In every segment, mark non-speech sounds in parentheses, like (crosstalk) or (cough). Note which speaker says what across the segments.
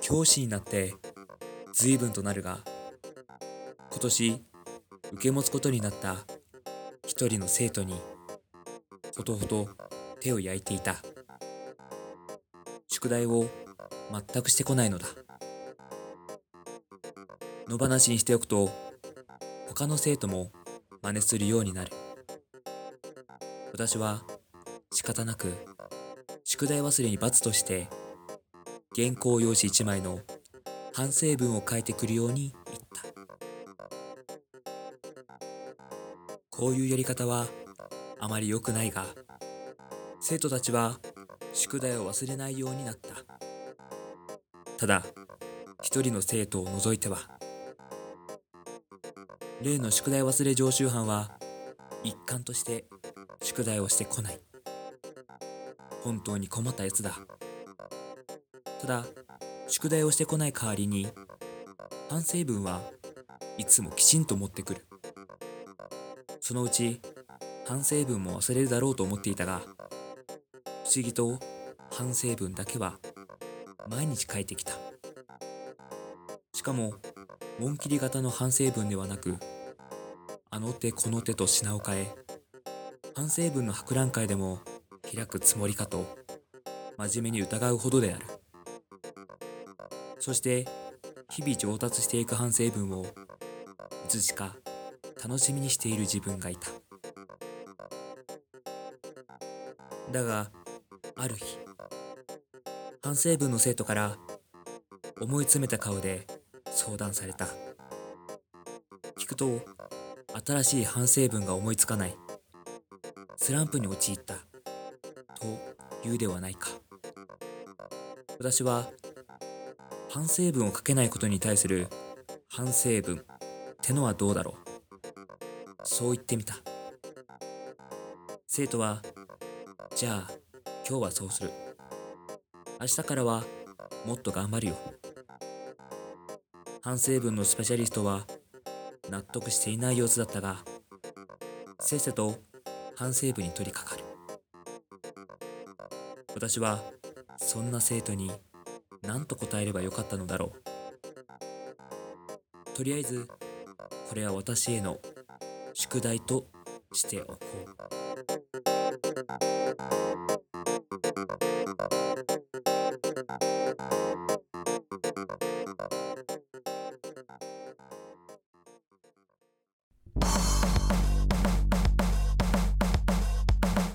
Speaker 1: 教師になって随分となるが今年受け持つことになった一人の生徒にほとほと手を焼いていた宿題を全くしてこないのだ野放しにしておくと他の生徒も真似するようになる私は仕方なく宿題忘れに罰として原稿用紙1枚の反省文を書いてくるように言ったこういうやり方はあまり良くないが生徒たちは宿題を忘れないようになったただ一人の生徒を除いては例の宿題忘れ常習犯は一貫として宿題をしてこない本当に困ったやつだただ宿題をしてこない代わりに反省文はいつもきちんと持ってくるそのうち反省文も忘れるだろうと思っていたが不思議と反省文だけは毎日書いてきたしかも紋切り型の反省文ではなくあの手この手と品を変え反省文の博覧会でも開くつもりかと真面目に疑うほどであるそして日々上達していく反省文をいつしか楽しみにしている自分がいただがある日反省文の生徒から思い詰めた顔で相談された聞くと新しい反省文が思いつかないスランプに陥ったと言うではないか私は反省文を書けないことに対する反省文ってのはどうだろうそう言ってみた生徒は「じゃあ今日はそうする明日からはもっと頑張るよ」反省文のスペシャリストは納得していない様子だったがせっせと反省文に取り掛かる私はそんな生徒に何と答えればよかったのだろうとりあえずこれは私への宿題としておこう。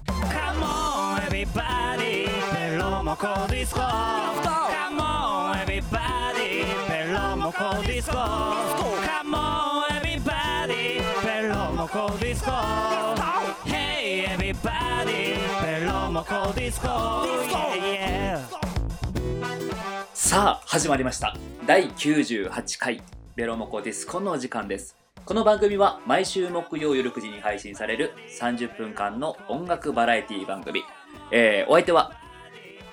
Speaker 2: Come on, everybody, bello moco disco. Come on, everybody, bello moco disco. Come on, everybody, bello moco disco. Hey, everybody, bello moco disco. Yeah, yeah.
Speaker 1: さあ始まりました第98回ベロモコディスコのお時間ですこの番組は毎週木曜夜9時に配信される30分間の音楽バラエティ番組、えーお相手は、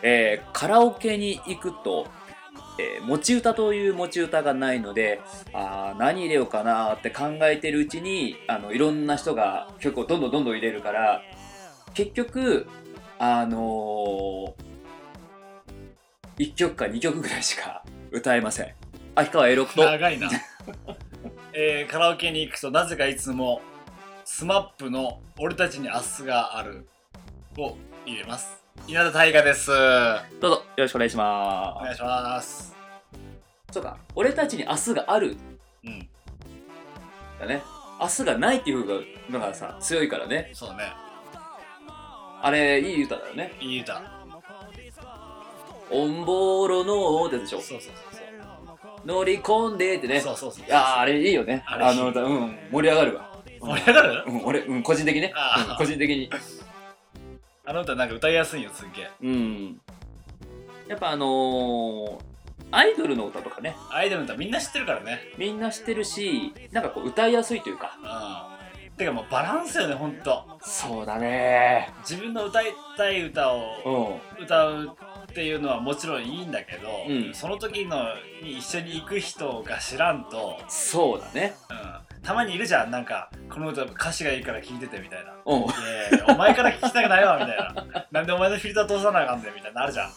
Speaker 1: えーカラオケに行くと、えー持ち歌という持ち歌がないのであー何入れようかなーって考えてるうちにあのいろんな人が曲をどんどんどんどん入れるから結局あのー1曲か2曲ぐらいしか歌えません秋川栄六と
Speaker 3: 長いな、 (laughs) えーカラオケに行くとなぜかいつも SMAP の「俺たちに明日がある」を入れます稲田大我ですお
Speaker 1: どうぞよろしくお願いしま
Speaker 3: 願いします
Speaker 1: すそうか俺たちに明日がある
Speaker 3: うん
Speaker 1: だね明日がないっていうのがのがさ強いからね
Speaker 3: そうだね
Speaker 1: あれいい歌だよね
Speaker 3: いい歌
Speaker 1: 「オンボーロの」ってやつでしょ
Speaker 3: そうそうそうそう
Speaker 1: 乗り込んでってね
Speaker 3: そうそうそう
Speaker 1: いやーあれいいよね
Speaker 3: あれ
Speaker 1: あの歌うん盛り上がるわ
Speaker 3: 盛り上がる
Speaker 1: うん、俺、うん、個人的にね、
Speaker 3: あー
Speaker 1: うん個人的に
Speaker 3: あの歌なんか歌いやすいよすっげえ
Speaker 1: うんやっぱあのーアイドルの歌とかね
Speaker 3: アイドルの歌みんな知ってるからね
Speaker 1: みんな知ってるしなんかこう歌いやすいというか
Speaker 3: うんてかもうバランスよねほんと
Speaker 1: そうだね
Speaker 3: 自分の歌いたい歌を
Speaker 1: うん
Speaker 3: 歌うっていうのはもちろんいいんだけど、
Speaker 1: うん
Speaker 3: その時のに一緒に行く人が知らんと、
Speaker 1: そうだね
Speaker 3: うん、たまにいるじゃんなんかこの歌歌詞がいいから聴いててみたいな
Speaker 1: うん
Speaker 3: 「いやいやお前から聴きたくないわ」みたいな「なんでお前のフィルター通さなあかんねん」みたいなのあるじゃん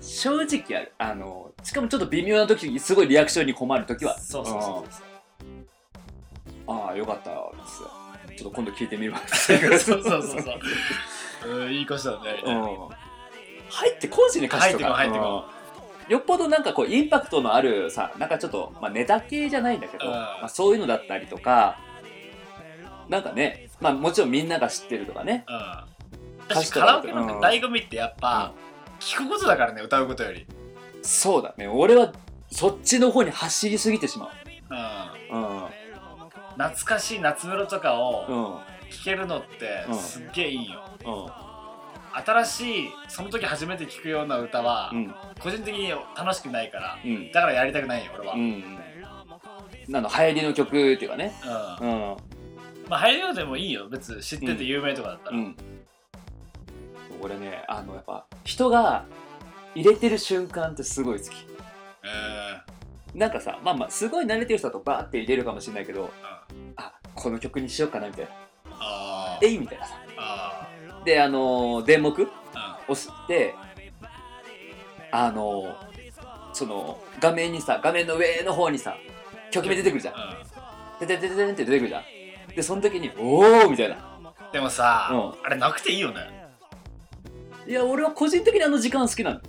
Speaker 1: 正直あるあのしかもちょっと微妙な時にすごいリアクションに困る時は
Speaker 3: そうそうそうそう
Speaker 1: うんああよかったですちょっと今度聞いてみるわ
Speaker 3: (laughs) そうそうそうそう。うん、いい歌詞だね。
Speaker 1: うん入ってこんしね歌詞とか
Speaker 3: 入ってこん
Speaker 1: う
Speaker 3: 入っ
Speaker 1: んよっぽどなんかこうインパクトのあるさなんかちょっと、まあ、ネタ系じゃないんだけど、
Speaker 3: うん
Speaker 1: まあ、そういうのだったりとかなんかねまあもちろんみんなが知ってるとかね
Speaker 3: うん。
Speaker 1: 歌
Speaker 3: 私
Speaker 1: 詞と
Speaker 3: カ
Speaker 1: か
Speaker 3: ラオケの醍醐味ってやっぱ、聞くことだからね、歌うことより。
Speaker 1: そうだね俺はそっちの方に走りすぎてしまう
Speaker 3: うん。
Speaker 1: うん
Speaker 3: 懐かしい夏メロとか
Speaker 1: う
Speaker 3: を
Speaker 1: ん
Speaker 3: 聴けるのって
Speaker 1: うん
Speaker 3: すっげえいいよ。
Speaker 1: うん
Speaker 3: 新しい、その時初めて聴くような歌は
Speaker 1: う、ん
Speaker 3: 個人的に楽しくないから、
Speaker 1: うん
Speaker 3: だからやりたくないよ、俺は。
Speaker 1: う
Speaker 3: うん。
Speaker 1: んなんだ流行りの曲っていうかねうん
Speaker 3: まあ、入るのでもいいよ、別に知ってて有名とかだった
Speaker 1: う
Speaker 3: ら。
Speaker 1: ん俺ねあのやっぱ人が入れてる瞬間ってすごい好き
Speaker 3: え
Speaker 1: なんかさまあまあすごい慣れてる人だとバーって入れるかもしれないけどあこの曲にしようかなみたいな
Speaker 3: ーあー
Speaker 1: えいみたいなさ
Speaker 3: あ
Speaker 1: であのー電目
Speaker 3: ー。
Speaker 1: 押してあのーその画面にさ画面の上の方にさ曲名出てくるじゃん
Speaker 3: うん。う
Speaker 1: で
Speaker 3: ん。
Speaker 1: ででででんって出てくるじゃんでその時に「おお!」みたいな
Speaker 3: でもさ、
Speaker 1: う
Speaker 3: あれなくていいよね。
Speaker 1: いや俺は個人的にあの時間好きなの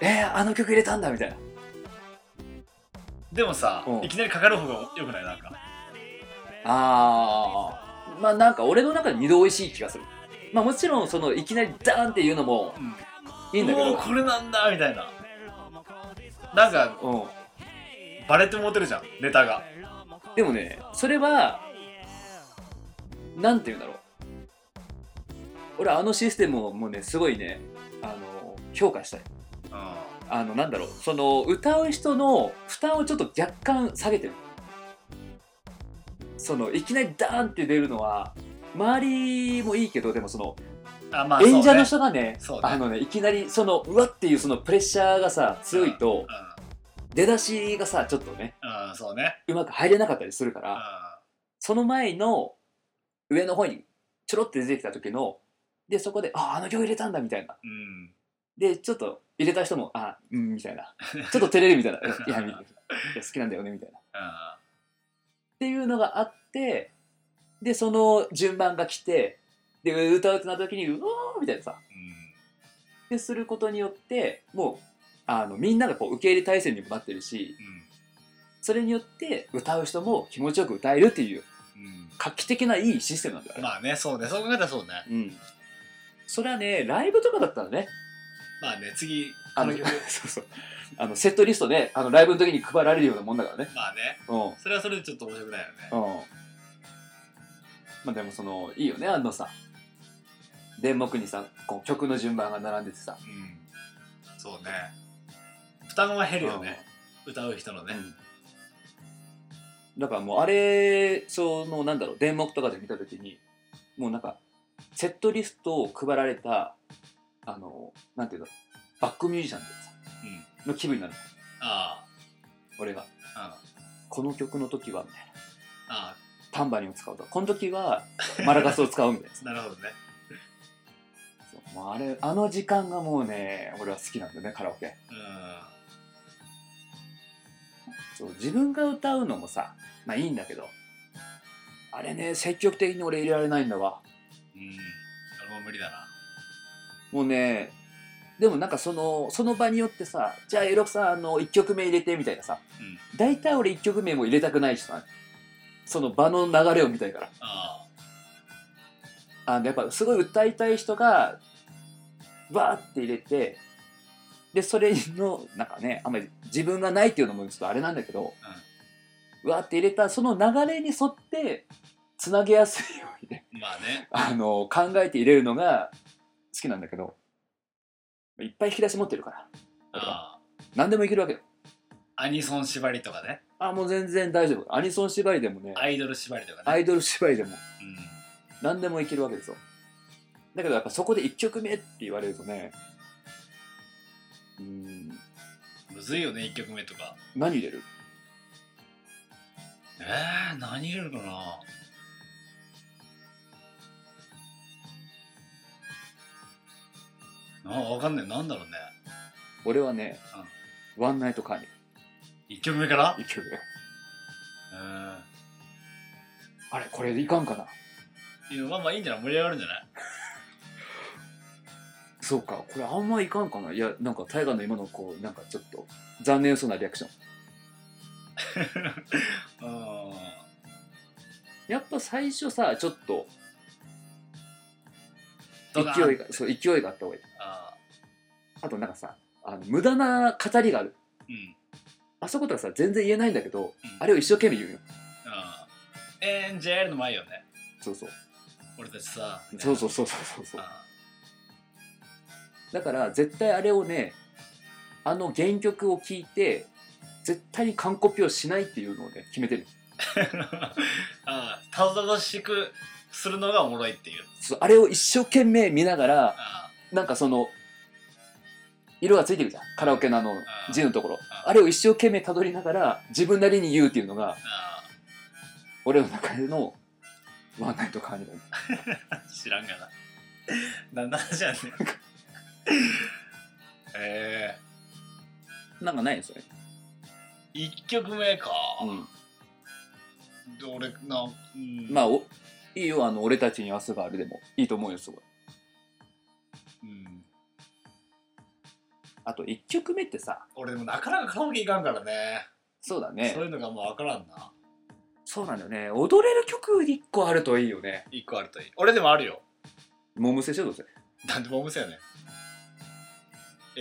Speaker 1: えー、あの曲入れたんだみたいな
Speaker 3: でもさ、
Speaker 1: うん
Speaker 3: いきなりかかる方がよくないなんか。
Speaker 1: あーまあなんか俺の中で二度おいしい気がするまあもちろんそのいきなりダーンっていうのも
Speaker 3: うん。
Speaker 1: いいんだけ
Speaker 3: お
Speaker 1: ど
Speaker 3: ーこれなんだみたいな。なんか、
Speaker 1: うん
Speaker 3: バレてもうてるじゃん、ネタが。
Speaker 1: でもねそれはなんて言うんだろう俺あのシステムをもうねすごいねあの評価したい
Speaker 3: うん。あ
Speaker 1: あのなんだろうその歌う人の負担をちょっと若干下げてるそのいきなりダーンって出るのは周りもいいけどでもその
Speaker 3: まあ、
Speaker 1: 演者の
Speaker 3: そ
Speaker 1: 人
Speaker 3: うね
Speaker 1: がね
Speaker 3: そうね
Speaker 1: あのねいきなりそのうわっていうそのプレッシャーがさ強いと出だしがさちょっとね
Speaker 3: うん、うん、そうね。
Speaker 1: うまく入れなかったりするから
Speaker 3: う。
Speaker 1: その前の上の方にちょろって出てきた時のでそこで「ああの曲入れたんだ」みたいなん
Speaker 3: うん。
Speaker 1: でちょっと入れた人も「あうん」みたいなちょっと照れるみたいな
Speaker 3: (laughs)
Speaker 1: 「いやみいや好きなんだよね」みたいなっ
Speaker 3: うん
Speaker 1: ていうのがあってでその順番が来てで歌うってなった時に「うおー」みたいなさ
Speaker 3: うん。
Speaker 1: ですることによってもうあのみんながこう受け入れ体制にもなってるしそれによって歌う人も気持ちよく歌えるっていう
Speaker 3: うん。うん。
Speaker 1: 画期的ないいシステムなんだよね、
Speaker 3: まあね、そうね。そう考えたらそうね。
Speaker 1: うんそれはねライブとかだったらね
Speaker 3: まあね、次、
Speaker 1: あ
Speaker 3: あ
Speaker 1: の。
Speaker 3: の曲
Speaker 1: (laughs) そうそうあのセットリストであのライブの時に配られるようなもんだからね
Speaker 3: まあね、
Speaker 1: うんうん
Speaker 3: それはそれでちょっと面白くないよね。
Speaker 1: まあでもそのいいよねあのさ電目にさこう曲の順番が並んでてさ、
Speaker 3: うん。そうね。負担は減るよね。歌う人の
Speaker 1: う
Speaker 3: ね。
Speaker 1: んだからもうあれそのなんだろう電目とかで見た時にもうなんかセットリストを配られたあのなんていうのバックミュージシャンってさ
Speaker 3: うん。
Speaker 1: の気分になる
Speaker 3: あ
Speaker 1: 俺が
Speaker 3: あ。うん。
Speaker 1: この曲の時はみたいな
Speaker 3: あ
Speaker 1: タンバリンを使うとこの時はマラカスを使うみたいな
Speaker 3: あ、なるほどね。
Speaker 1: そうもうあれあの時間がもうね俺は好きなんだよねカラオケ
Speaker 3: う
Speaker 1: そう自分が歌うのもさまあいいんだけどあれね積極的に俺入れられないんだわ
Speaker 3: ん。うん。俺も無理だな。
Speaker 1: もうねでもなんかそのその場によってさじゃあエロクさんあの1曲目入れてみたいなさ、
Speaker 3: う
Speaker 1: 大体俺1曲目も入れたくないしさその場の流れを見たいから
Speaker 3: あ
Speaker 1: あのやっぱすごい歌いたい人がバーって入れてでそれのなんかねあんまり自分がないっていうのもちょっとあれなんだけど、わーって入れたその流れに沿ってつなげやすいようにね
Speaker 3: あ。まあね。
Speaker 1: あの考えて入れるのが好きなんだけどいっぱい引き出し持ってるから俺は
Speaker 3: あ
Speaker 1: 何でもいけるわけよ
Speaker 3: あ。アニソン縛りとかね。
Speaker 1: あもう全然大丈夫アニソン縛りでもね
Speaker 3: アイドル縛りとか
Speaker 1: ア
Speaker 3: ね。
Speaker 1: イドル縛りでも
Speaker 3: うん。
Speaker 1: 何でもいけるわけですよだけどやっぱそこで1曲目って言われるとねうーん
Speaker 3: むずいよね、1曲目とか。
Speaker 1: 何入れる
Speaker 3: えー、何入れるかなあわかんない。なんだろうね。
Speaker 1: 俺はね、ワンナイトカーニ
Speaker 3: 1曲目から
Speaker 1: バル一曲目
Speaker 3: うん
Speaker 1: あれこれでいかんかな
Speaker 3: っていうのはまあいいんじゃない盛り上がるんじゃない
Speaker 1: そうかこれあんまいかんかないやなんか大河の今のこうなんかちょっと残念そうなリアクション
Speaker 3: うん
Speaker 1: やっぱ最初さちょっと
Speaker 3: ドカーン
Speaker 1: 勢いがそう勢いがあった方がいい
Speaker 3: あ
Speaker 1: あとなんかさあの無駄な語りがある
Speaker 3: ーうん
Speaker 1: あそことはさ全然言えないんだけど、
Speaker 3: うん
Speaker 1: あれを一生懸命言うよ
Speaker 3: あーエンジェルの前よね
Speaker 1: そうそう
Speaker 3: 俺たちさ
Speaker 1: そうそううそうそうそう
Speaker 3: あ
Speaker 1: だから絶対あれをねあの原曲を聴いて絶対に完コピをしないっていうのをね決めてる
Speaker 3: ー (laughs) あーたどたどしくするのがおもろいっていう
Speaker 1: そうあれを一生懸命見ながら
Speaker 3: あ
Speaker 1: なんかその色がついてるじゃんカラオケのあの
Speaker 3: ん
Speaker 1: 字のところ
Speaker 3: ー
Speaker 1: あれを一生懸命たどりながら自分なりに言うっていうのが
Speaker 3: あ
Speaker 1: 俺の中でのワンナイトカーニバル
Speaker 3: ー知らんがななんだじゃんねん (laughs) え
Speaker 1: なんかないのそれ、
Speaker 3: えー、1曲目か、
Speaker 1: うん、
Speaker 3: で俺な、うん、
Speaker 1: まあおいいよあの俺たちに明日があるでもいいと思うよすごい
Speaker 3: うん、
Speaker 1: あと1曲目ってさ
Speaker 3: 俺でもなかなかカラオケ行かんからね
Speaker 1: そうだね
Speaker 3: そういうのがもう分からんな
Speaker 1: そうなんだよね踊れる曲1個あるといいよね
Speaker 3: 1個あるといい俺でもあるよ
Speaker 1: モムセショどうせ
Speaker 3: なんでもお店や
Speaker 1: (laughs)
Speaker 3: ねん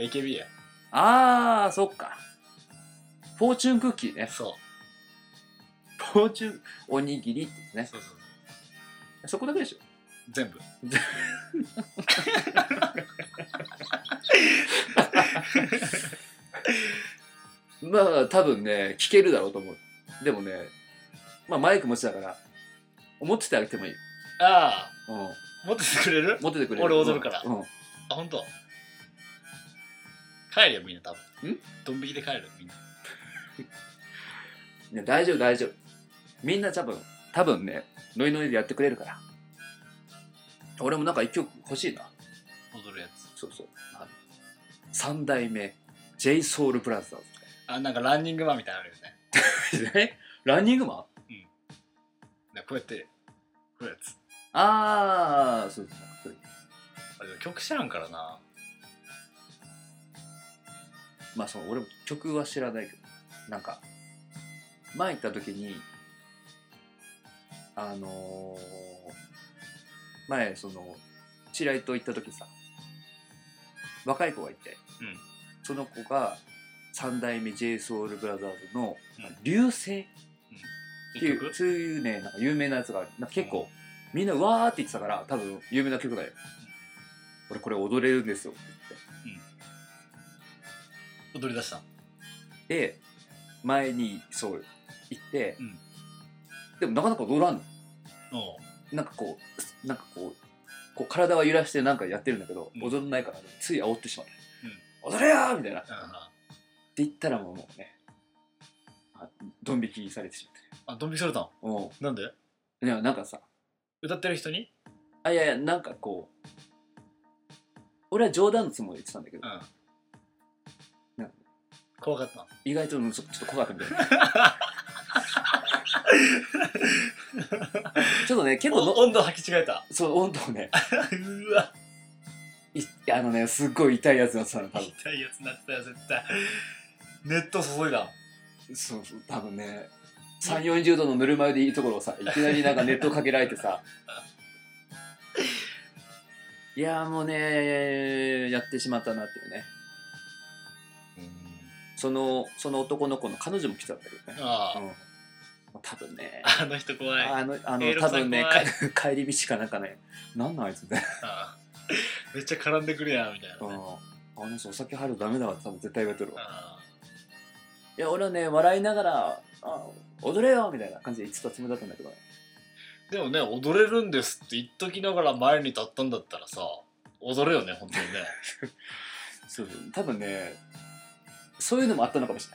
Speaker 3: AKB や
Speaker 1: あーそっかフォーチュンクッキーね (laughs)
Speaker 3: そう
Speaker 1: フォーチュンおにぎりってやつね
Speaker 3: そうそう
Speaker 1: そこだけでしょ
Speaker 3: 全部
Speaker 1: まあ多分ね聞けるだろうと思うでもねまあマイク持ちだから持っててあげてもいい、
Speaker 3: あ
Speaker 1: う
Speaker 3: あ持っててくれる
Speaker 1: ん、持っててくれる
Speaker 3: 俺踊るから
Speaker 1: うん、
Speaker 3: あ本当。帰るよみんな多分
Speaker 1: ん
Speaker 3: ドン引きで帰るよみんない
Speaker 1: や大丈夫大丈夫みんな多分多分ねノイノイでやってくれるから俺もなんか一曲欲しいな
Speaker 3: 踊るやつ
Speaker 1: そうそうあの三代目 j ソ o u l b r o t h e r
Speaker 3: あなんかランニングマンみたいなのあるよね
Speaker 1: (laughs) えランニングマン
Speaker 3: なんかこうやってこういうやつ
Speaker 1: ああそうですねそうです
Speaker 3: あれでも曲知らんからな
Speaker 1: まあその俺も曲は知らないけどなんか前行った時にあのー前その知り合いと行った時さ若い子がいて、
Speaker 3: うん
Speaker 1: その子が三代目 j s o u l b r o t h e r s の
Speaker 3: うん
Speaker 1: 「流星」って
Speaker 3: 結
Speaker 1: い
Speaker 3: 局
Speaker 1: う、そういうね、なんか有名なやつがある。なんか結構、みんなわーって言ってたから、多分有名な曲だよ。俺これ踊れるんですよって
Speaker 3: 踊り出した
Speaker 1: 言って。で、前にそう行って、
Speaker 3: うん
Speaker 1: でもなかなか踊らんの。
Speaker 3: おう
Speaker 1: なんかこう、なんかこう、こう体は揺らしてなんかやってるんだけど、
Speaker 3: うん
Speaker 1: 踊らないから、つい煽ってしまう。踊れよーみたいな。って
Speaker 3: うん
Speaker 1: 言ったらもうもうね、あドン引きされてしまって。
Speaker 3: あドン引きされたの
Speaker 1: お
Speaker 3: なんで
Speaker 1: いや、なんかさ、
Speaker 3: 歌ってる人に
Speaker 1: あ、いやいや、なんかこう、俺は冗談のつもりで言ってたんだけど、
Speaker 3: う
Speaker 1: なんん
Speaker 3: 怖かったの
Speaker 1: 意外とうんちょちょっと怖かったみたいな
Speaker 3: (laughs)
Speaker 1: ちょっとね結構
Speaker 3: お
Speaker 1: の
Speaker 3: 温度履き違えた
Speaker 1: そう温度をね
Speaker 3: うわ
Speaker 1: いあのねすっごい痛いやつになってたの多分
Speaker 3: 痛いやつになってたよ絶対熱湯注いだもん
Speaker 1: そうそう多分ね3 4 0度のぬるま湯でいいところをさいきなりなんか熱湯かけられて
Speaker 3: (laughs)
Speaker 1: さいやーもうねやってしまったなっていうねそのその男の子の彼女も来てたんだけどね、
Speaker 3: あ
Speaker 1: うん
Speaker 3: あ、
Speaker 1: もう多分
Speaker 3: (laughs)
Speaker 1: ね
Speaker 3: あの人怖いあ
Speaker 1: あの、あ
Speaker 3: エ
Speaker 1: の、
Speaker 3: イロ
Speaker 1: 多
Speaker 3: さん
Speaker 1: 分ね、
Speaker 3: 怖い
Speaker 1: か (laughs) 帰り道かなんかね、なんなんあいつね。
Speaker 3: あめっちゃ絡んでくるやんみたいな、
Speaker 1: うん
Speaker 3: ね
Speaker 1: あの人お酒入るとダメだわって多分絶対言われてるわ。
Speaker 3: あ
Speaker 1: いや、俺はね、笑いながら、あ踊れよみたいな感じで言ってたつもりだったんだけどね。
Speaker 3: あでもね踊れるんですって言っときながら前に立ったんだったらさ踊れよね本当にね
Speaker 1: そう多分ね、そういうのもあったのかもし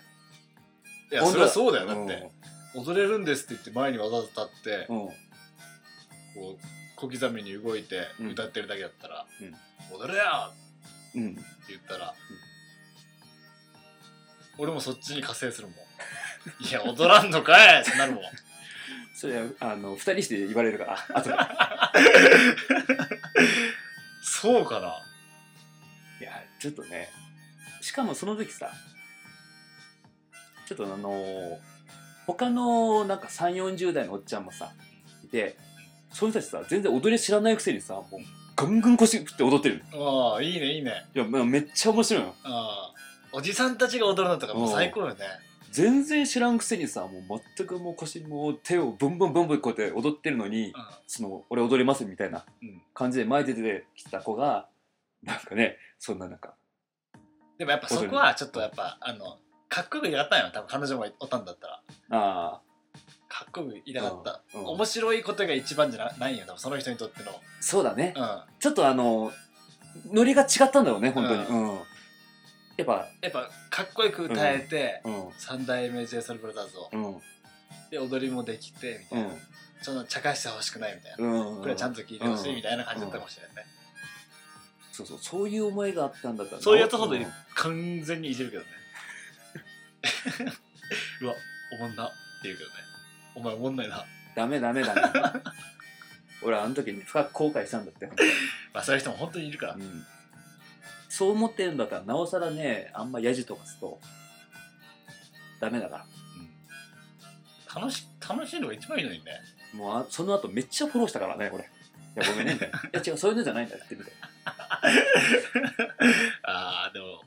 Speaker 1: れない。
Speaker 3: (laughs) いやそれはそうだよだって、踊れるんですって言って前にわざわざ立って
Speaker 1: うん。うん
Speaker 3: こう小刻みに動いて
Speaker 1: うん
Speaker 3: 歌ってるだけだったら「
Speaker 1: うん
Speaker 3: 踊れよ!」
Speaker 1: うん。
Speaker 3: って言ったら、俺もそっちに加勢するもん。 (laughs) いや、踊らんのかいってなるもん。
Speaker 1: それあの2人して言われる
Speaker 3: (laughs)
Speaker 1: からあとで
Speaker 3: そうかな。
Speaker 1: いやちょっとねしかもその時さちょっとあのー他のなんか3 4 0代のおっちゃんもさいてそういう人たちさ全然踊り知らないくせにさもうガンガン腰振って踊ってる
Speaker 3: ああ、いいね、いいね。
Speaker 1: いやまあめっちゃ面白いの
Speaker 3: ああ。おじさんたちが踊るのとかもう最高よね。
Speaker 1: 全然知らんくせにさもう全くもう腰もう手をブンブンブンブンこうやって踊ってるのに、その俺踊りますみたいな
Speaker 3: うん。うん。
Speaker 1: 感じで前出てきた子がなんかねそんななんか
Speaker 3: でもやっぱそこはちょっとやっぱ、あの、かっこよくいたかったんやろ多分彼女もおったんだったら。
Speaker 1: あ
Speaker 3: かっこよくいたかった。
Speaker 1: うんうん
Speaker 3: 面白いことが一番じゃなないんや、多分その人にとっての。
Speaker 1: あそうだね、
Speaker 3: うん。
Speaker 1: ちょっとあのノリが違ったんだろうね本当に、
Speaker 3: う
Speaker 1: うんやっぱ
Speaker 3: やっぱかっこよく歌えて、
Speaker 1: うん
Speaker 3: 三代目 j s o u l b r o t h e r を
Speaker 1: うん
Speaker 3: で踊りもできてみた
Speaker 1: う
Speaker 3: い
Speaker 1: ん
Speaker 3: な、その茶化してほしくないみたいな、
Speaker 1: うん
Speaker 3: これはちゃんと聞いてほしいみ
Speaker 1: たい
Speaker 3: たいな感じだったかもしれないね、
Speaker 1: なそうそうそういう思いがあったんだったら
Speaker 3: そういうやつほど
Speaker 1: ん
Speaker 3: 完全にいじるけどね (laughs) うわおもんなって言うけどねお前おもんないな
Speaker 1: ダメダメ
Speaker 3: (laughs)
Speaker 1: ダメ俺あの時に深く後悔したんだって
Speaker 3: まあそういう人も本当にいるから、
Speaker 1: うんそう思ってるんだからなおさらねあんまやじとかすとダメだから
Speaker 3: うん楽し楽しいのが一番いいのにね
Speaker 1: もうあその後めっちゃフォローしたからね俺いやごめんね (laughs) みたいないや違うそういうのじゃないんだってみたい
Speaker 3: (laughs) ああでも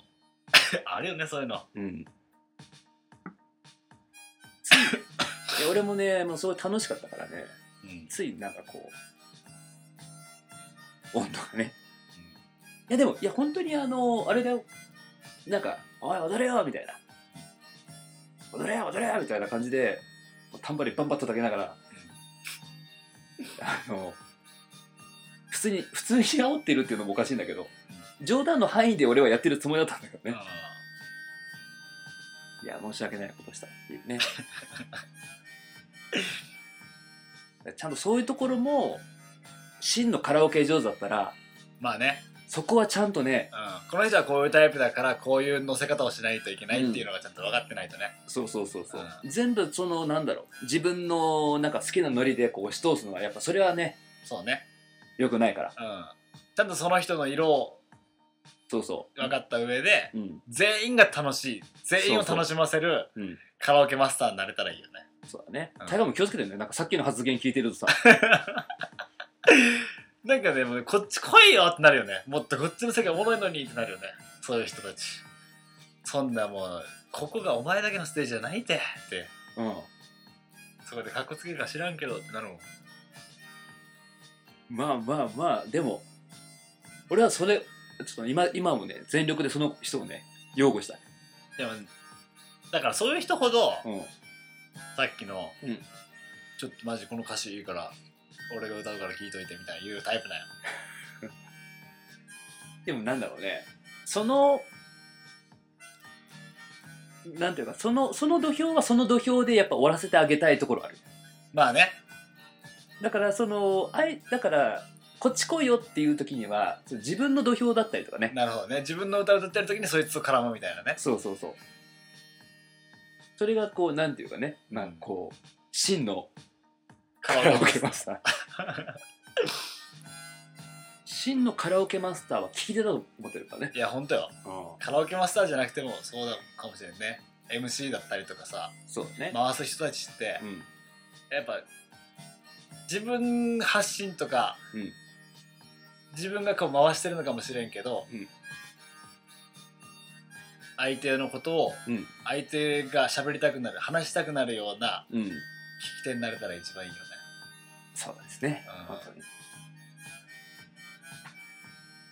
Speaker 3: あるよねそういうの
Speaker 1: なうんついいや俺もねもうすごい楽しかったからね
Speaker 3: うん、
Speaker 1: ついなんかこう温度がねいやでもいや本当にあのあれだよなんか「おい踊れよ」みたいな「踊れよ踊れよ」みたいな感じでタンバリンバンバン叩けながらあの普通に普通に煽ってるっていうのもおかしいんだけど冗談の範囲で俺はやってるつもりだったんだけど
Speaker 3: うん
Speaker 1: ねいや申し訳ないことしたっていうね (laughs) ちゃんとそういうところも真のカラオケ上手だったら
Speaker 3: まあね
Speaker 1: そこはちゃんとね
Speaker 3: うんこの人はこういうタイプだからこういう乗せ方をしないといけないっていうのがちゃんと分かってないとね、
Speaker 1: そうそうそうそう、
Speaker 3: う
Speaker 1: 全部そのなんだろう自分のなんか好きなノリでこう押し通すのはやっぱそれはね
Speaker 3: そうね
Speaker 1: 良くないから
Speaker 3: うんちゃんとその人の色を
Speaker 1: そうそ
Speaker 3: 分かった上で、
Speaker 1: ううん
Speaker 3: 全員が楽しい全員を楽しませる
Speaker 1: うん
Speaker 3: カラオケマスターになれたらいいよね
Speaker 1: そうだね
Speaker 3: うん
Speaker 1: 大河も気をつけてねなんかさっきの発言聞いてるとさ
Speaker 3: (laughs) なんかでもねこっち来いよってなるよねもっとこっちの世界おもろいのにってなるよねそういう人たちそんなもうここがお前だけのステージじゃないてって
Speaker 1: うん
Speaker 3: そこでかっこつけるか知らんけどってなるもん
Speaker 1: まあまあまあでも俺はそれちょっと今今もね全力でその人をね擁護したい、
Speaker 3: でもだからそういう人ほど、
Speaker 1: うん、
Speaker 3: さっきの、
Speaker 1: うん
Speaker 3: ちょっとマジこの歌詞いいから俺が歌うから聴いといてみたいな言うタイプなんや
Speaker 1: でもなんだろうねそのなんていうかそのその土俵はその土俵でやっぱ終わらせてあげたいところある
Speaker 3: まあね
Speaker 1: だからそのあいだからこっち来いよっていう時にはその自分の土俵だったりとかね
Speaker 3: なるほどね自分の歌を歌ってる時にそいつと絡むみたいなね
Speaker 1: そうそうそうそれがこうなんていうかねまあこう真の
Speaker 3: カ
Speaker 1: カ
Speaker 3: ラ
Speaker 1: ラ
Speaker 3: オ
Speaker 1: オ
Speaker 3: ケ
Speaker 1: ケマスター真のカラオケマスターは聞き手だと思ってるからね、
Speaker 3: (laughs) いやほんとよカラオケマスターじゃなくてもそうだかもしれんね MC だったりとかさ
Speaker 1: そうね、
Speaker 3: 回す人たちって
Speaker 1: うん
Speaker 3: やっぱ自分発信とか、
Speaker 1: うん
Speaker 3: 自分がこう回してるのかもしれんけど、
Speaker 1: うん
Speaker 3: 相手のことを
Speaker 1: うん
Speaker 3: 相手が喋りたくなる話したくなるような
Speaker 1: うん
Speaker 3: 聞き手になれたら一番いいよね
Speaker 1: そうですね、
Speaker 3: うん
Speaker 1: 本当に。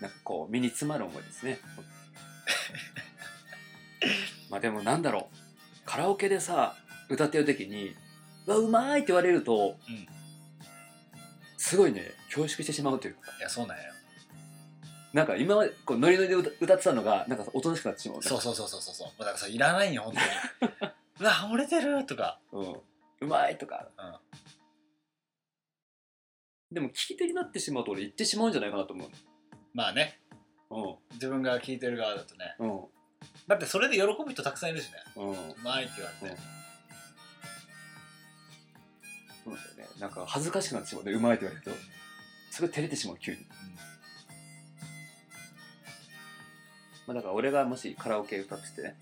Speaker 1: なんかこう、身に詰まる思いです
Speaker 3: (laughs)
Speaker 1: ね。まあでもなんだろう、カラオケでさ、歌ってる時に、うわ、うまいって言われると、
Speaker 3: うん
Speaker 1: すごいね、恐縮してしまうというか、
Speaker 3: いやそうなんやよ
Speaker 1: なんか今までこうノリノリで歌歌ってたのが、なんかおとなしくなってしまうね。
Speaker 3: そうそうそうそうそうそうもうだからさいらないよ本当に
Speaker 1: (laughs)
Speaker 3: うわ漏れてるとか
Speaker 1: うん、うまいとか、
Speaker 3: うん
Speaker 1: でも聞き手になってしまうと俺言ってしまうんじゃないかなと思
Speaker 3: まあね
Speaker 1: う。
Speaker 3: 自分が聞いてる側だとね
Speaker 1: うん。うん。
Speaker 3: だってそれで喜ぶ人たくさんいるしね。
Speaker 1: うん。
Speaker 3: うまいって言われて。
Speaker 1: そうなんだよね。なんか恥ずかしくなってしまうね。うまいって言われると。すごい照れてしまう、急に。まあ、だから俺がもしカラオケ歌っててね、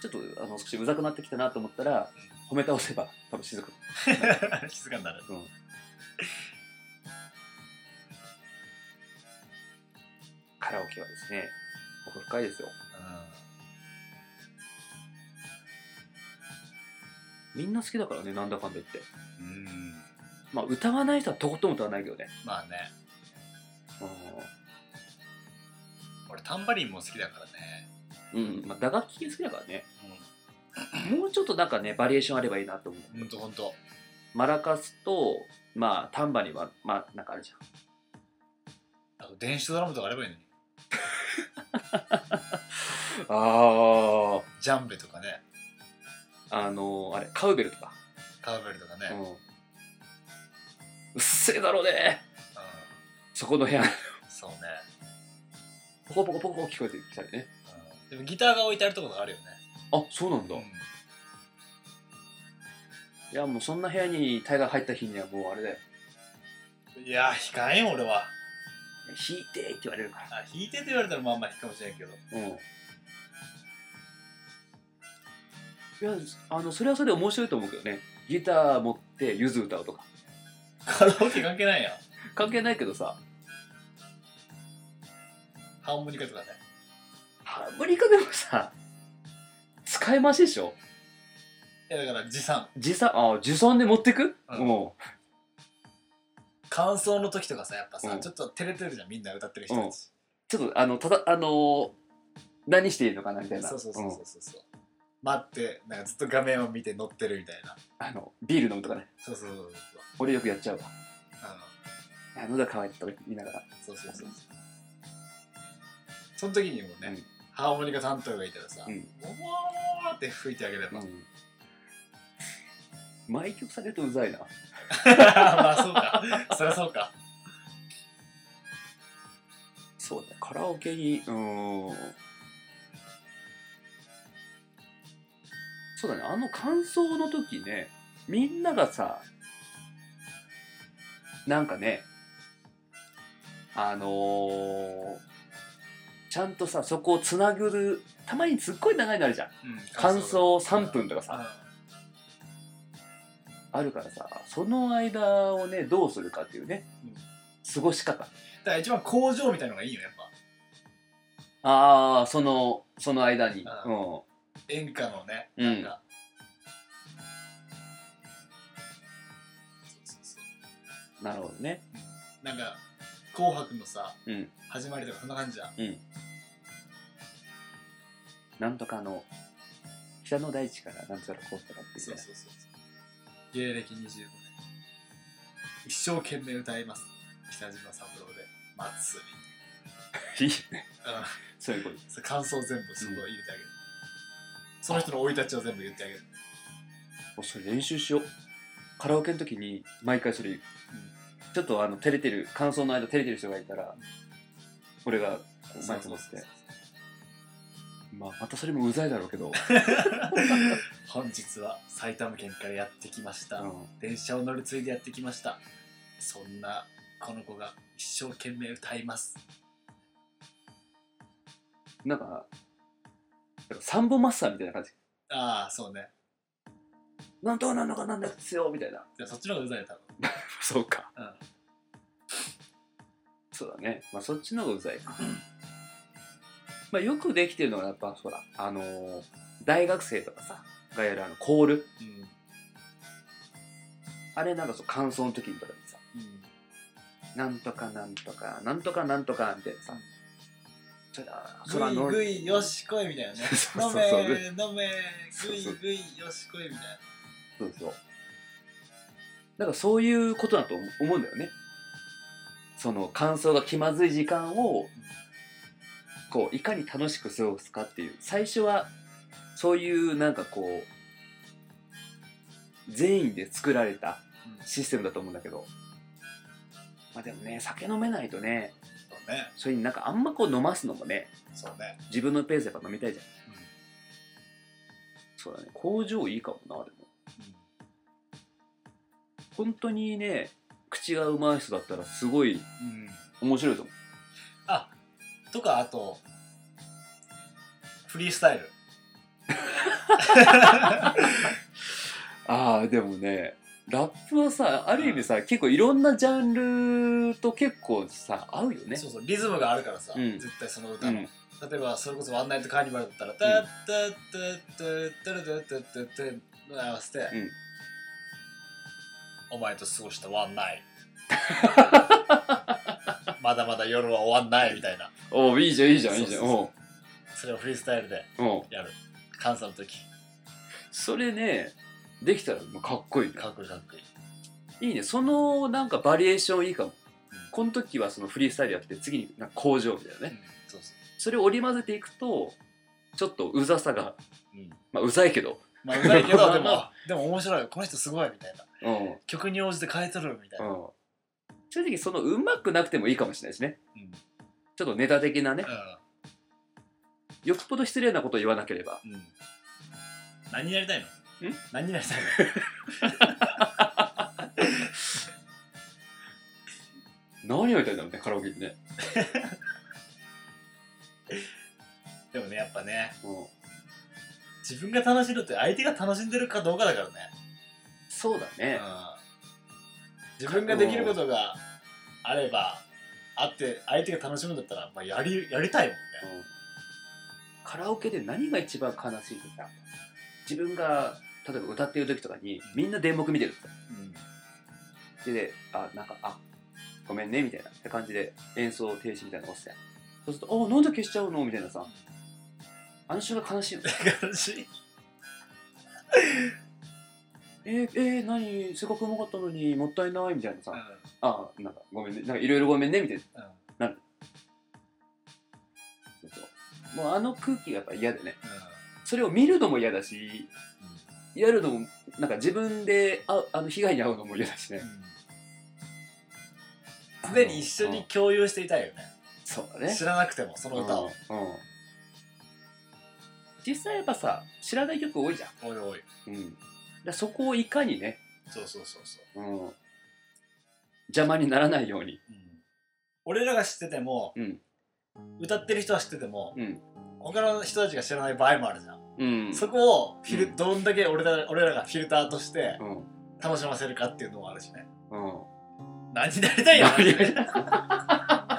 Speaker 1: ちょっとあの少しうざくなってきたなと思ったら、褒め倒せば多分静か。
Speaker 3: (laughs) 静かになる。
Speaker 1: うん。カラオケはですね、奥深いですよ。みんな好きだからね、なんだかんだ言って。
Speaker 3: うん。うん。
Speaker 1: まあ、歌わない人はとことん歌わないけどね。
Speaker 3: まあね。
Speaker 1: う
Speaker 3: 俺タンバリンも好きだからね。
Speaker 1: ん。うん。まあ、打楽器系好きだからね。
Speaker 3: う
Speaker 1: もうちょっとなんかね、バリエーションあればいいなと思う。
Speaker 3: ん。ほんとほんと。
Speaker 1: マラカスと、まあ、タンバリンは、まあ、なんかあるじゃん。
Speaker 3: あと電子ドラムとかあればいいのに。
Speaker 1: あ
Speaker 3: ジャンベとかね。
Speaker 1: あ。あのー、あれ、カウベルとか。
Speaker 3: カーベルとかね。
Speaker 1: う
Speaker 3: うんん。。
Speaker 1: うっせえだろうね。そこの部屋、
Speaker 3: そうね。
Speaker 1: ポコポコポコ聞こえてきたりね。
Speaker 3: うん。でもギターが置いてあるところがあるよね。
Speaker 1: あ、そうなんだ。
Speaker 3: うん
Speaker 1: い。や、もうそんな部屋にタイガー入った日にはもうあれだよ。
Speaker 3: いやー、弾かんよ、俺は。
Speaker 1: 弾いてって言われるから。
Speaker 3: あ、弾いてと言われたらまあまあ弾くかもしれんけど。
Speaker 1: うん。いや、あの、それはそれで面白いと思うけどね。ギター持ってゆず歌うとか。
Speaker 3: カラオケ関係ないやん。
Speaker 1: 関係ないけどさ、
Speaker 3: ハーモニカとかね。
Speaker 1: ハーモニカでもさ、使い回しでしょ
Speaker 3: いや、だから持参。
Speaker 1: 持参、あ、持参で持ってく
Speaker 3: うん
Speaker 1: うん。
Speaker 3: 感想の時とかさ、やっぱさ、
Speaker 1: うん
Speaker 3: ちょっと照れてるじゃん、みんな歌ってる人たち。
Speaker 1: ちょっと、あの、ただ、あのー何していいのかなみたいな。
Speaker 3: そうそうそうそ
Speaker 1: ん
Speaker 3: うそうそう、待ってなんかずっと画面を見て乗ってるみたいな
Speaker 1: あの、ビール飲むとかね。
Speaker 3: そうそうそうそう
Speaker 1: 俺よくやっちゃうわ。
Speaker 3: う
Speaker 1: あ喉乾いてたとか言いながら。
Speaker 3: んそうそうそうそうその時にもね、
Speaker 1: うん
Speaker 3: ハーモニカ担当がいたらさ「
Speaker 1: う
Speaker 3: お
Speaker 1: ん
Speaker 3: おーって吹いてあげれば、
Speaker 1: うん。毎曲されるとうざいな。
Speaker 3: (laughs) まあそうかそりゃそうか
Speaker 1: そうだ、カラオケに、うーん。そうだね、あの感想の時ね、みんながさ、なんかね、あのーちゃんとさ、そこをつなぐる、たまにすっごい長いのあるじゃん。
Speaker 3: うん
Speaker 1: 感想3分とかさ、
Speaker 3: う
Speaker 1: あるからさ、その間をね、どうするかっていうね
Speaker 3: うん、
Speaker 1: 過ごし方。
Speaker 3: んだから一番工場みたいのがいいよやっぱ
Speaker 1: ああ、その、その間に。
Speaker 3: あ
Speaker 1: うん。
Speaker 3: 演歌のね
Speaker 1: うん
Speaker 3: なんか、そうそうそう
Speaker 1: なるほどね。
Speaker 3: なんか「紅白」のさ
Speaker 1: うん。
Speaker 3: 始まりとかそんな感じじゃん
Speaker 1: なんとかの北の大地からなんとかこうとかっていう
Speaker 3: そう
Speaker 1: ね
Speaker 3: そうそうそう。芸歴25年。一生懸命歌います。北島三郎で。祭
Speaker 1: い
Speaker 3: り。
Speaker 1: いね
Speaker 3: う
Speaker 1: そういうこと
Speaker 3: ん。それ感想全部そこ入れてあげる。その人の生い立ちを全部言ってあ
Speaker 1: (laughs)
Speaker 3: げる。
Speaker 1: おそれ練習しようカラオケの時に毎回それ言う、ちょっとあの照れてる感想の間照れてる人がいたら俺がこうマイク持ってまあまたそれもうざいだろうけど、
Speaker 3: 本日は埼玉県からやってきました。
Speaker 1: う
Speaker 3: 電車を乗り継いでやってきました。そんなこの子が一生懸命歌います。
Speaker 1: ん、なんかサンボマスターみたいな感じ
Speaker 3: ああ、そうね。
Speaker 1: なんとかなんとかなんですよみたいな
Speaker 3: じゃあそっちの方がうざいよ、多分。
Speaker 1: そうか
Speaker 3: うん。
Speaker 1: そうだね。まあそっちの方がうざいか。まあよくできてるのがやっぱほら、あのー大学生とかさ、がやるあのコール。
Speaker 3: うん。
Speaker 1: あれなんかそう、感想の時にとかにさ、
Speaker 3: うん。
Speaker 1: なんとかなんとか、なんとかなんとかみたいなさ、そら、そらの、
Speaker 3: ぐいぐいよしこいみたいなね
Speaker 1: そう (laughs) そう
Speaker 3: 飲め
Speaker 1: そう
Speaker 3: 飲め
Speaker 1: そう
Speaker 3: ぐい
Speaker 1: そう
Speaker 3: ぐいよしこいみたいな
Speaker 1: そうそう。だからそういうことだと思思うんだよね。その感想が気まずい時間を、こう、いかに楽しく過ごすかっていう。最初は、そういうなんかこう、善意で作られたシステムだと思うんだけど。まあでもね、酒飲めないとね、
Speaker 3: そうねそうね
Speaker 1: それになんかあんまこう飲ますのもね
Speaker 3: そうね
Speaker 1: 自分のペースでやっぱ飲みたいじゃん
Speaker 3: うん
Speaker 1: そうだね工場いいかもなでも本当にね口がうまい人だったらすごい
Speaker 3: うん、うん、
Speaker 1: 面白いと思
Speaker 3: あとかあとフリースタイル
Speaker 1: うああでもねラップはさある意味さ結構いろんなジャンルと結構さ合うよね
Speaker 3: そうそうリズムがあるからさ、
Speaker 1: うん
Speaker 3: 絶対その
Speaker 1: う
Speaker 3: 歌の、
Speaker 1: ん、
Speaker 3: 例えばそれこそ「ワンナイトカーニバル」だったら「タッタッタッタッタッタッタッタッタッタ」の合わせて、
Speaker 1: ん
Speaker 3: お前と過ごしたワンナイ」まだまだ夜は終わんないみたいな
Speaker 1: おういいじゃんいいじゃんいいじゃん
Speaker 3: そう
Speaker 1: おう
Speaker 3: それをフリースタイルで
Speaker 1: おう
Speaker 3: やる監査の時
Speaker 1: それねできたらもうかっこいいね
Speaker 3: かっこいいかっこいい
Speaker 1: いいねそのなんかバリエーションいいかも、
Speaker 3: うん
Speaker 1: この時はそのフリースタイルやって次になんか工場みたいなね、
Speaker 3: そうそう
Speaker 1: それを織り交ぜていくとちょっとうざさが、
Speaker 3: うん
Speaker 1: まあ、うざいけど、
Speaker 3: まあうまいけど
Speaker 1: ま
Speaker 3: で
Speaker 1: あま
Speaker 3: もでも面白いこの人すごいみたいな
Speaker 1: うん
Speaker 3: 曲に応じて変えとるみたいな、うん
Speaker 1: 正直そのうまくなくてもいいかもしれないですね
Speaker 3: うん
Speaker 1: ちょっとネタ的なねよっぽど失礼なことを言わなければ
Speaker 3: うん、何になりたいの
Speaker 1: ん
Speaker 3: 何になりたいの
Speaker 1: 何を言いたいんだろうねカラオケにね、
Speaker 3: でもねやっぱね
Speaker 1: うん、
Speaker 3: 自分が楽しんでるって相手が楽しんでるかどうかだからね、
Speaker 1: そうだね、
Speaker 3: 自分ができることがあればあって相手が楽しむんだったら、まあ、やりやりたいもんね
Speaker 1: うんカラオケで何が一番悲しい時だ自分が例えば歌ってる時とかにみんな電目見てるんですよであなんかあごめんねみたいなって感じで演奏停止みたいなの押してそうすると「あなんで消しちゃうの?」みたいなさあの瞬間悲しいの
Speaker 3: 悲しい
Speaker 1: えー、えー、何せっかくうまかったのにもったいないみたいなさ、
Speaker 3: うん
Speaker 1: あなんかごめんねなんかいろいろごめんねみたいな
Speaker 3: うん
Speaker 1: そうそうもうあの空気がやっぱ嫌でねそれを見るのも嫌だしやるのもなんか自分でああの被害に遭うのも嫌だしね
Speaker 3: うん常に一緒に共有していたいよね
Speaker 1: そうだね
Speaker 3: 知らなくてもその歌を、
Speaker 1: うんうん実際やっぱさ知らない曲多いじゃん
Speaker 3: おいおい
Speaker 1: うん、だからそこをいかにね、
Speaker 3: そうそうそうそう、
Speaker 1: うん、邪魔にならないように、
Speaker 3: うん俺らが知ってても、
Speaker 1: うん
Speaker 3: 歌ってる人は知ってても、
Speaker 1: うん
Speaker 3: 他の人たちが知らない場合もあるじゃん、
Speaker 1: うん
Speaker 3: そこをフィル、
Speaker 1: うん
Speaker 3: どんだけ俺ら俺らがフィルターとして
Speaker 1: うん
Speaker 3: 楽しませるかっていうのもあるしね
Speaker 1: うん、 (laughs)
Speaker 3: 何になりたいよ
Speaker 1: 何になり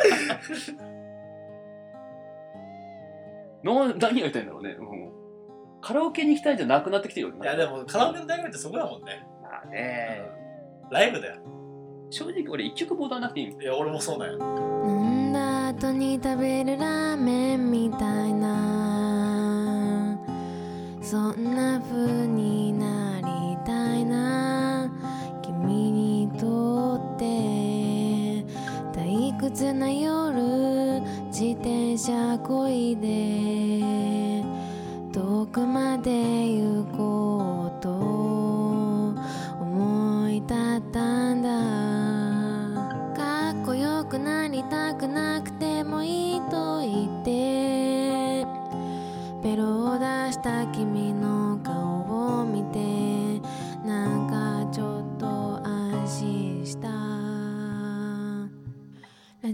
Speaker 1: の何が言いたいんだろうね、うん、カラオケに行きたいんじゃなくなってきてるよね
Speaker 3: いやでもカラオケの醍醐味ってそこだもんね、
Speaker 1: まあね、
Speaker 3: ライブだよ
Speaker 1: 正直俺一曲も歌わなくていい
Speaker 3: いや俺もそうだよ
Speaker 4: 飲んだ後に食べるラーメンみたいなそんな風になりたいな君にとって退屈な夜自転車こいで遠くまで行こうと思い立ったんだかっこよくなりたくなくてもいいと言ってベロを出した君の顔を見てなんかちょっと安心したラ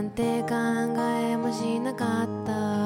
Speaker 4: んて考えもしなかった